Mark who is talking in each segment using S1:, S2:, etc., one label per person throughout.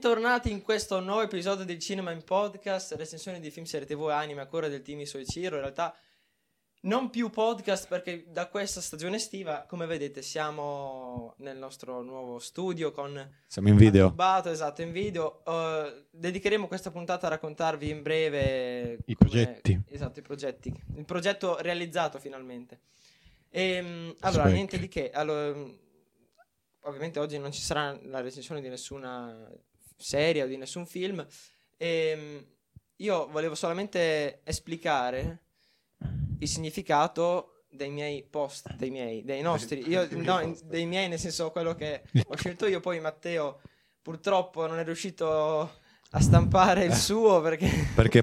S1: Bentornati in questo nuovo episodio del Cinema in Podcast, recensione di film, serie tv e anime a cura del team Iso e Ciro. In realtà non più podcast perché da questa stagione estiva, come vedete, siamo nel nostro nuovo studio con
S2: Siamo in video.
S1: Bato, esatto, in video. Eh, dedicheremo questa puntata a raccontarvi in breve
S2: I progetti.
S1: Esatto, i progetti. Il progetto realizzato finalmente. Ehm, allora,
S2: Spec.
S1: niente di che. Allora, ovviamente oggi non ci sarà la recensione di nessuna serie o di nessun film. Ehm, io volevo solamente esplicare il significato dei miei post, dei miei, dei nostri, io,
S3: Dei miei
S1: no,
S3: post.
S1: dei miei nel senso quello che ho scelto io, poi Matteo purtroppo non è riuscito a stampare il suo perché...
S2: Eh. Perché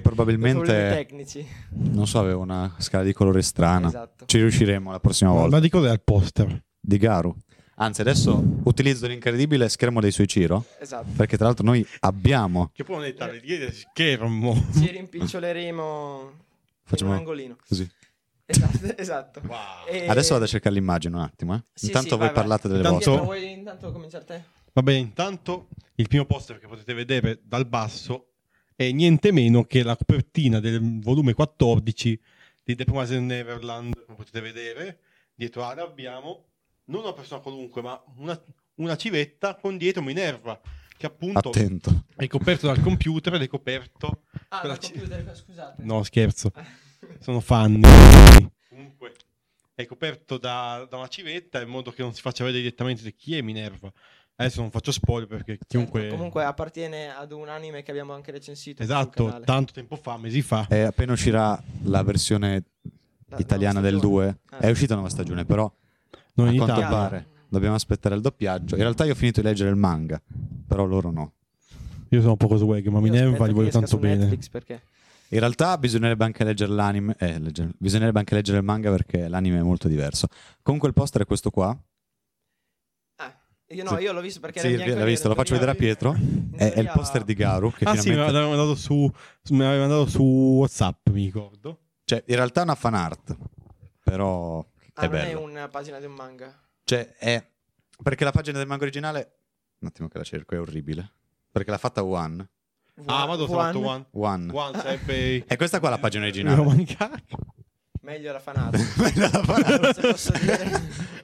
S2: probabilmente-
S1: problemi tecnici.
S2: Non so, aveva una scala di colore strana.
S1: Esatto.
S2: Ci riusciremo la prossima
S3: Ma-
S2: volta.
S3: Ma di cos'è il poster?
S2: Di Garu. Anzi, adesso utilizzo l'incredibile schermo dei suoi Ciro.
S1: Esatto.
S2: Perché tra l'altro noi abbiamo.
S3: Che può mettere dietro schermo.
S1: Ci rimpiccioleremo
S2: Facciamo
S1: in un angolino.
S2: così.
S1: Esatto, esatto. E-
S2: Adesso vado a cercare l'immagine un attimo. eh.
S1: Sì,
S2: Intanto
S1: sì,
S2: voi
S1: vai, vai.
S2: parlate delle
S3: Intanto-
S1: Pietro,
S2: vostre.
S1: vuoi intanto cominciare te?
S3: Vabbè, intanto il primo poster che potete vedere dal basso è niente meno che la copertina del volume 14 di The Promised Neverland, come potete vedere. Dietro Ada abbiamo non una persona qualunque, ma una, una civetta con dietro Minerva, che appunto
S2: Attento.
S3: è coperto dal computer ed è coperto...
S1: Ah,
S3: Quella
S1: dal
S3: ci-
S1: computer, scusate.
S3: No, scherzo. sono fan. Comunque è coperto da, da una civetta in modo che non si faccia vedere direttamente chi è Minerva. Adesso non faccio spoiler perché chiunque.
S1: Certo, comunque appartiene ad un anime che abbiamo anche recensito sul
S3: esatto,
S1: canale.
S3: tanto tempo fa, mesi fa.
S2: E appena uscirà la versione
S1: La-
S2: italiana
S1: nuova
S2: del
S1: stagione.
S2: 2,
S1: Ah.
S2: è uscita una nuova stagione, però
S3: Non
S2: a
S3: in
S2: quanto
S3: Italia.
S2: pare dobbiamo aspettare il doppiaggio. In realtà io ho finito di leggere il manga, però loro no.
S3: Io sono poco swag, ma
S1: Io
S3: Minerva
S1: aspetto
S3: li
S1: che
S3: voglio
S1: esca
S3: tanto
S1: su
S3: bene.
S1: Netflix perché
S2: In realtà bisognerebbe anche leggere l'anime, eh, leggere- bisognerebbe anche leggere il manga perché l'anime è molto diverso. Comunque il poster è questo qua.
S1: Ah, io no,
S2: Sì.
S1: io l'ho visto perché
S2: Sì,
S1: era in bianco e
S2: l'ha
S1: nero,
S2: visto, lo
S1: in
S2: faccio vedere
S1: teoria-
S2: a Pietro.
S1: in
S2: È, è il
S1: teoria-
S2: poster di Garu che
S3: Ah sì, me
S2: finalmente...
S3: l'aveva mandato su, me l'aveva mandato su WhatsApp, mi ricordo.
S2: Cioè, in realtà è una fan art, però
S1: Ah,
S2: è
S1: non è
S2: bello.
S1: una pagina di un manga.
S2: Cioè, è... Perché la pagina del manga originale... Un attimo che la cerco, è orribile. Perché l'ha fatta One.
S3: Ah,
S1: One-
S3: ma dove ho
S1: One,
S3: fatto One?
S2: One.
S3: One sarebbe.
S2: È questa qua la pagina
S3: No,
S2: originale.
S3: ma di cacchio.
S1: Meglio la fanata.
S2: La fan art.
S1: Se posso dire.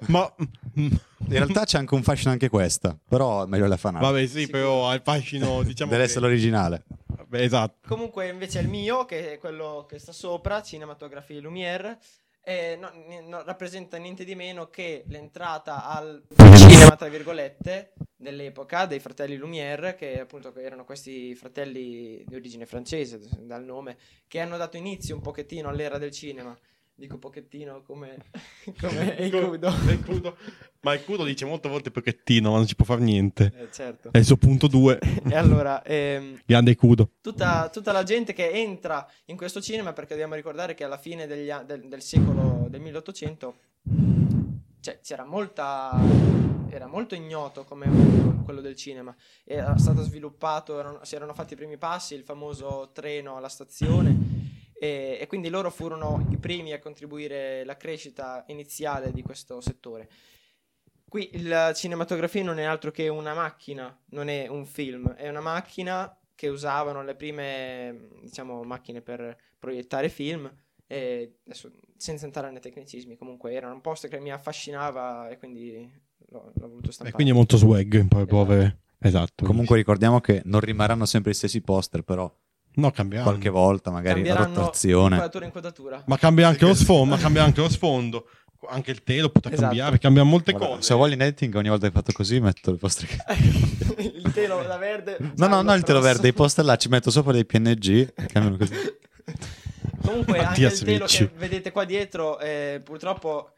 S3: Ma.
S2: In realtà c'è anche un fascino anche questa, però è meglio la fan art.
S3: Vabbè, sì, però ha il fascino, diciamo.
S2: Deve
S3: che-
S2: essere l'originale.
S3: Vabbè, esatto.
S1: Comunque invece il mio, che è quello che sta sopra, Cinematografie Lumière, eh, no- n- non rappresenta niente di meno che l'entrata al cinema, tra virgolette, dell'epoca dei fratelli Lumière, che appunto erano questi fratelli di origine francese, dal nome, che hanno dato inizio un pochettino all'era del cinema. Dico pochettino come, come
S3: Ecco.
S1: il cudo.
S3: È il cudo. Ma il cudo dice molte volte pochettino, ma non ci può fare niente.
S1: Eh, certo.
S3: È il suo punto 2.
S1: E allora, ehm,
S3: Grande cudo.
S1: tutta, tutta la gente che entra in questo cinema, perché dobbiamo ricordare che alla fine degli a- del, del secolo del 1800 cioè, c'era molta. Era molto ignoto come mondo quello del cinema. Era stato sviluppato, erano- si erano fatti i primi passi, il famoso treno alla stazione. E, e quindi loro furono i primi a contribuire alla crescita iniziale di questo settore. Qui la cinematografia non è altro che una macchina, non è un film, è una macchina che usavano le prime, diciamo, macchine per proiettare film. E adesso, senza entrare nei tecnicismi, comunque era un posto che mi affascinava e quindi l'ho, l'ho voluto
S3: E
S1: stampare.
S3: quindi è molto swag in poi povere. Esatto.
S2: Comunque ricordiamo che non rimarranno sempre gli stessi poster, però
S3: No, cambia.
S2: qualche volta magari la
S1: Cambieranno
S2: rotazione.
S3: eh.
S1: inquadratura in inquadratura.
S3: Ma cambia anche lo sfondo, ma cambia anche lo sfondo. Anche il telo può
S1: Esatto.
S3: cambiare, cambia molte
S2: Guarda,
S3: cose.
S2: Se voglio in editing ogni volta che fatto così metto le vostre...
S1: Eh, il telo da verde.
S2: No, no,
S1: giallo,
S2: no, il telo
S1: rosso.
S2: verde, i poster là ci metto sopra dei PNG e cambiano così.
S1: Comunque, anche
S3: Mattia
S1: il telo che
S3: Svicci.
S1: vedete qua dietro, eh, purtroppo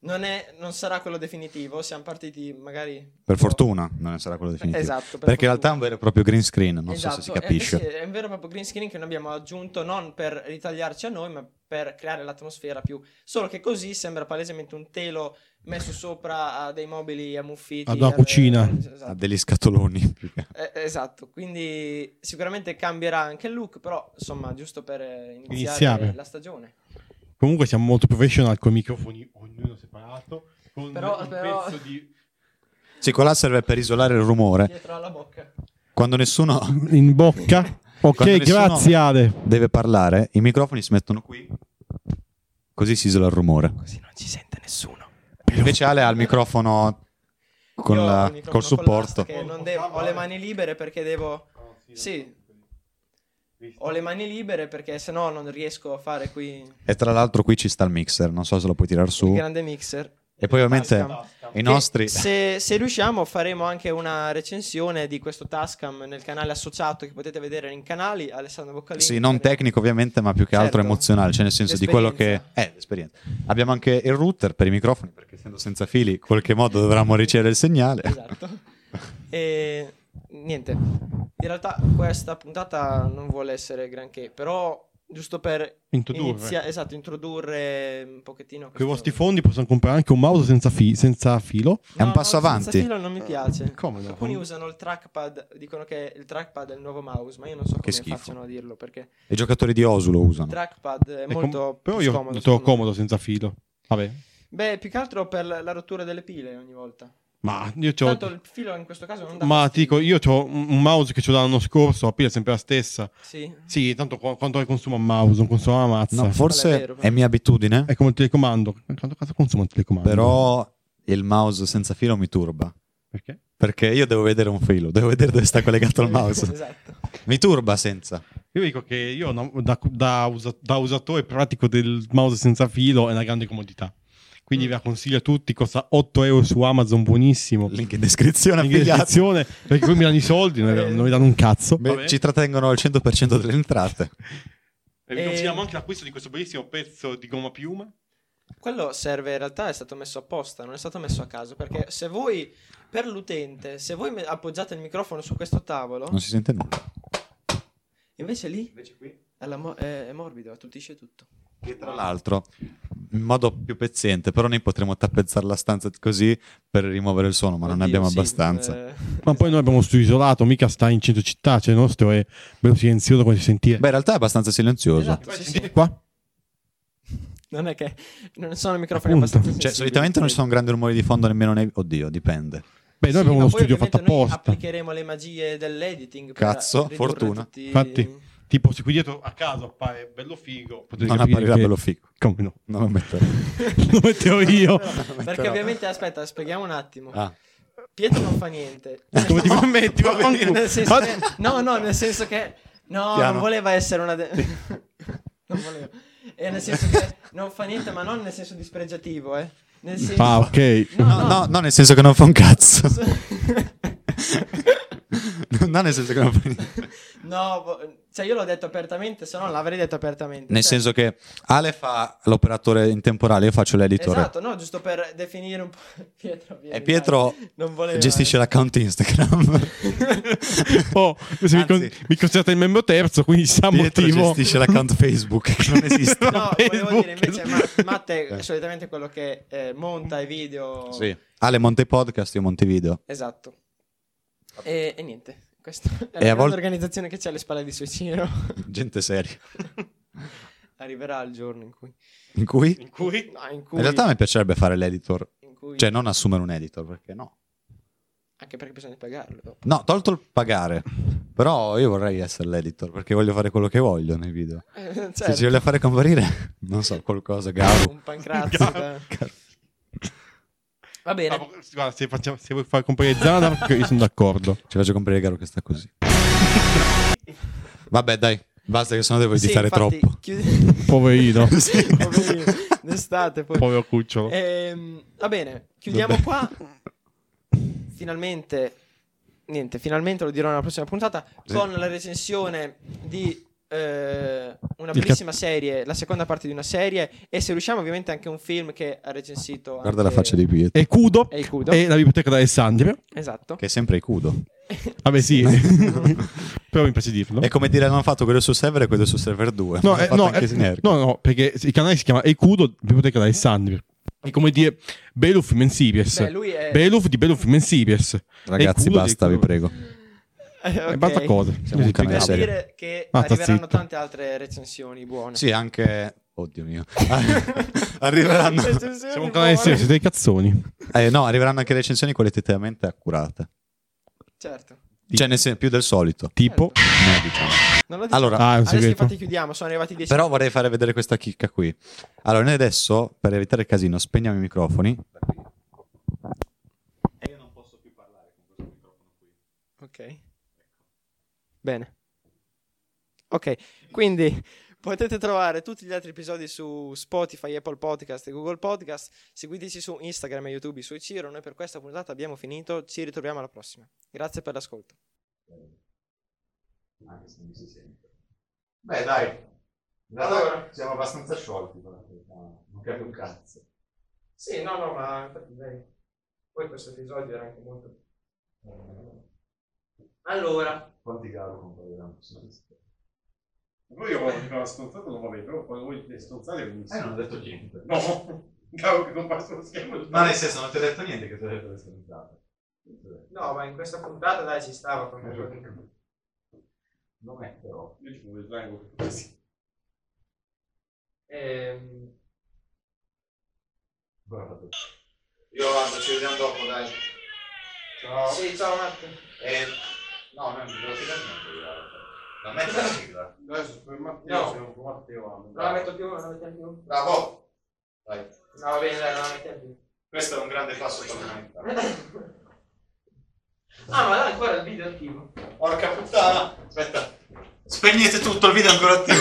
S1: non, è- non sarà quello definitivo. Siamo partiti magari.
S2: Per fortuna non sarà quello definitivo.
S1: Esatto. per
S2: Perché in realtà è
S1: fortuna.
S2: un vero e proprio green screen, non so
S1: Esatto,
S2: se si
S1: è-
S2: capisce.
S1: sì, È un vero e proprio green screen che noi abbiamo aggiunto non per ritagliarci a noi, ma per creare l'atmosfera più. Solo che così sembra palesemente un telo messo sopra a dei mobili ammuffiti.
S2: Ah,
S3: Ad una
S1: alle-
S3: cucina.
S2: Ha
S1: Esatto.
S2: degli scatoloni.
S1: Eh, esatto, quindi sicuramente cambierà anche il look, però insomma, giusto per eh, iniziare,
S3: Iniziare.
S1: la stagione.
S3: Comunque siamo molto professional con i microfoni, ognuno separato. Con
S1: Però-
S3: un
S1: però-
S3: pezzo di.
S2: Sì, qua là serve per isolare il rumore.
S1: Dietro alla bocca.
S2: Quando nessuno
S3: in bocca.
S2: Quando
S3: Ok,
S2: nessuno-
S3: grazie Ale.
S2: deve parlare, i microfoni si mettono qui, così si isola il rumore.
S1: Così non ci sente nessuno.
S2: Invece Ale ha il microfono con
S1: Io ho
S2: la-
S1: il microfono
S2: col
S1: con
S2: supporto.
S1: l'asta che non devo- ho le mani libere perché devo. Sì. Ho le mani libere perché sennò non riesco a fare qui
S2: E tra l'altro qui ci sta il mixer, non so se lo puoi tirar
S1: il
S2: su.
S1: grande mixer.
S2: E poi ovviamente
S1: Tascam. Che
S2: i nostri...
S1: Se, se riusciamo, faremo anche una recensione di questo Tascam nel canale associato che potete vedere in canali. Alessandro Boccalini.
S2: Sì, non tecnico ovviamente, ma più che altro
S1: Certo.
S2: emozionale, cioè nel senso di quello che...
S1: L'esperienza.
S2: Eh, l'esperienza. Abbiamo anche il router per i microfoni, perché essendo senza fili, in qualche modo dovremmo ricevere il segnale.
S1: Esatto. E niente. In realtà questa puntata non vuole essere granché, però giusto per
S3: Introdurre.
S1: inizia- esatto, introdurre un pochettino
S3: Con i
S1: questo-
S3: vostri fondi possono comprare anche un mouse senza, fi- senza filo.
S2: È un passo
S1: senza
S2: avanti.
S1: filo non mi piace.
S3: Come no?
S1: Alcuni usano il trackpad, dicono che il trackpad è il nuovo mouse, ma io non so
S2: Che
S1: come
S2: schifo.
S1: facciano a dirlo perché
S2: I giocatori di Osu lo
S1: il
S2: usano.
S1: trackpad è,
S3: È com-
S1: molto
S3: però
S1: più
S3: io
S1: scomodo. secondo
S3: lo trovo
S1: me.
S3: comodo senza filo. Vabbè,
S1: Beh, più che altro per la la rottura delle pile ogni volta.
S3: ma io c'ho.
S1: Tanto il filo in questo caso non dà
S3: Cioè, Ma ti
S1: fastidio.
S3: dico, io ho un mouse che c'ho dall'anno scorso, la pila è sempre la stessa.
S1: Sì.
S3: Sì, tanto qu- quanto ne consuma un mouse, non consuma una mazza.
S2: No,
S1: Quello
S2: forse
S1: è vero,
S2: è mia abitudine,
S3: È come il telecomando. Quanto cazzo consuma un telecomando?
S2: però il mouse senza filo mi turba.
S3: Perché?
S2: Perché io devo vedere un filo, devo vedere dove sta collegato il mouse.
S1: esatto.
S2: Mi turba senza.
S3: Io dico che io no- da, da usa- da usatore pratico del mouse senza filo è una grande comodità. Quindi
S1: Mm.
S3: ve la consiglio a tutti, costa 8 euro su Amazon, buonissimo.
S2: Link in descrizione,
S3: Link in
S2: affiliati.
S3: descrizione, perché poi mi danno i soldi, non,
S1: Eh.
S3: non mi danno un cazzo.
S2: Beh,
S3: Vabbè.
S2: ci trattengono al 100% delle entrate.
S3: E vi
S1: Eh.
S3: consigliamo anche l'acquisto di questo bellissimo pezzo di gomma piuma.
S1: Quello serve in realtà è stato messo apposta, non è stato messo a caso, perché se voi per l'utente, se voi me- appoggiate il microfono su questo tavolo,
S2: Non si sente nulla.
S1: invece lì È, la mo- è- è morbido, attutisce tutto.
S2: Che tra l'altro, in modo più peziente, però noi potremmo tappezzare la stanza così per rimuovere il suono, ma non ne
S1: Oddio,
S2: abbiamo
S1: sì,
S2: abbastanza.
S1: eh,
S3: Ma poi noi abbiamo un studio isolato, mica sta in centro città, cioè il nostro è bello silenzioso come si sentire.
S2: Beh, in realtà è abbastanza silenzioso.
S1: Esatto,
S3: Vai,
S1: sì,
S3: sentite
S1: sì.
S3: qua?
S1: Non è che non sono microfoni
S3: Appunto.
S1: abbastanza
S2: Cioè,
S1: sensibili.
S2: solitamente non ci sono grandi rumori di fondo nemmeno nei... Oddio, dipende.
S3: Beh, noi
S1: Sì,
S3: abbiamo
S1: ma
S3: uno
S1: poi
S3: studio fatto
S1: ovviamente noi
S3: apposta.
S1: Applicheremo le magie dell'editing. per
S2: Cazzo,
S1: ridurre
S2: fortuna.
S1: tutti-
S3: Infatti. Tipo, se qui dietro a caso appare bello figo, potete
S2: non
S3: capire
S2: apparirà
S3: che-
S2: bello figo.
S3: Come no?
S2: Non lo metterò.
S3: Lo mettevo io.
S1: Perché ovviamente, aspetta, spieghiamo un attimo.
S2: Ah,
S1: Pietro non fa niente.
S3: Come ti permetti? Ma
S1: Nel
S3: qualcuno-
S1: senso che- no, no, nel senso che no,
S2: Piano.
S1: non voleva essere una. de- non voleva. E nel senso che non fa niente, ma non nel senso dispregiativo, eh. Nel senso...
S3: Ah, ok.
S1: No,
S2: No, no, no, nel senso che non fa un cazzo. no, nel senso che non fa niente.
S1: No, vo- cioè io l'ho detto apertamente, se no non l'avrei detto apertamente.
S2: Nel
S1: Cioè,
S2: senso che Ale fa l'operatore in temporale, io faccio l'editore.
S1: Esatto, no, giusto per definire un po' Pietro. vieni,
S2: E Eh, Pietro
S1: dai. non voleva.
S2: gestisce l'account Instagram.
S3: Oh, se mi, con-
S2: Anzi.
S3: mi considerate il membro terzo, quindi siamo
S2: Pietro
S3: motivo.
S2: gestisce l'account Facebook, che non esiste.
S1: No, volevo dire invece, ma, Matte è
S2: Eh.
S1: solitamente quello che eh, monta i video.
S2: Ale Monte Podcast, io Monte Video.
S1: Esatto. E, e niente, questa è la
S2: E a
S1: grande
S2: volte-
S1: organizzazione che c'è alle spalle di Suicino.
S2: Gente seria.
S1: Arriverà il giorno in cui...
S2: In cui?
S3: In cui?
S1: No, in cui...
S2: In realtà mi piacerebbe fare l'editor,
S1: in cui-
S2: cioè non assumere un editor, perché no?
S1: Anche perché bisogna pagarlo.
S2: No, tolto il pagare. Però io vorrei essere l'editor perché voglio fare quello che voglio nei video.
S1: Eh,
S2: Se ci
S1: certo.
S2: voglio fare comparire, non so, qualcosa, Gabo.
S1: Un pancrazio. da- Va
S3: Ah,
S1: bene.
S3: ma- guarda, se, facciamo, se vuoi far comprare Zana, io sono d'accordo.
S2: Ci faccio comprare Garo che sta così. Vabbè, dai, basta che sennò devo
S1: Sì,
S2: editare
S1: infatti,
S2: troppo.
S1: chiudi-
S3: Poverino.
S2: Sì.
S1: Poverino, d'estate poi.
S3: Povero cucciolo.
S1: Ehm, va bene, chiudiamo
S2: Vabbè.
S1: qua. Finalmente, niente, finalmente lo dirò nella prossima puntata
S2: Sì.
S1: con la recensione di eh, una
S3: Il
S1: bellissima serie, la seconda parte di una serie e se riusciamo ovviamente anche un film che ha recensito.
S2: Guarda la faccia di Pietro,
S3: E Cudo
S1: E il Cudo.
S3: e la biblioteca d'Alessandria.
S1: Esatto.
S2: che è sempre Icudo.
S3: Vabbè, sì. Però mi piace dirlo.
S2: È come dire, hanno fatto quello su server e quello su server 2.
S3: No,
S2: Hanno
S3: eh,
S2: Ecco, fatto
S3: no,
S2: anche
S3: eh,
S2: Sinergia.
S3: no, no, perché il canale si chiama Ecudo, Biblioteca d'Alessandria. È come dire Beluf Mensipies.
S1: Beh, lui è...
S3: Beluf di Beluf Mensipies.
S2: Eh, Ragazzi,
S3: Icudo di
S2: basta, vi
S3: Icudo.
S2: prego.
S1: Eh, ok.
S3: E basta cosa.
S2: Siamo un canale
S1: Per
S2: serio.
S1: dire che
S3: Basta,
S1: arriveranno
S3: zitto.
S1: tante altre recensioni buone.
S2: Sì, anche... Oddio mio. arriveranno...
S1: Recensioni
S3: Siamo un canale
S1: buone.
S3: serio, siete dei cazzoni.
S2: Eh, no, arriveranno anche recensioni qualitativamente accurate.
S1: Certo.
S2: Cioè, nel sen- più del solito.
S3: Tipo,
S2: No, diciamo.
S1: Non lo dico.
S2: Allora,
S3: ah, è un
S1: adesso
S3: segreto.
S1: infatti chiudiamo, sono arrivati 10
S2: però vorrei fare vedere questa chicca qui. Allora, noi adesso, per evitare il casino, spegniamo i microfoni. E io non posso più parlare con questo microfono qui.
S1: Ok. Bene. Ok, quindi potete trovare tutti gli altri episodi su Spotify, Apple Podcast e Google Podcast. Seguiteci su Instagram e YouTube su Ciro. Noi per questa puntata abbiamo finito. Ci ritroviamo alla prossima. Grazie per l'ascolto.
S2: anche se non si sente. Beh, dai, allora siamo abbastanza sciolti, per la verità, non capo un cazzo.
S1: Sì, no, no, ma poi questo episodio era anche molto... Allora,
S2: Quanti cavolo compaiono? Eh,
S4: Poi io quando dico la stronzata lo vabbè, però quando voi le stronzate non mi
S2: non ho detto niente.
S4: No, cavolo che non passo lo schermo.
S2: Ma nel senso, non ti ho detto niente che ti ho detto che sei entrato.
S1: no, ma in questa puntata dai ci stava
S2: Non è però.
S4: Io ci muovo il triangolo così.
S1: Ehm...
S2: Bravo.
S5: Io vado, ci vediamo dopo, dai. Ciao.
S1: Sì, ciao Matteo.
S5: Eh, no, non devo tirare niente. La metto la sigla.
S4: Adesso per Matteo,
S1: No.
S4: se non può Matteo ah,
S1: Non la metto più, non la mettiamo più. No,
S5: Bravo. Dai.
S1: va bene, dai, non la mettiamo più.
S5: Questo è un grande passo per l'umanità.
S1: Ah, ma là ancora il video attivo.
S5: Porca puttana. Aspetta. Spegnete tutto, il video è ancora attivo.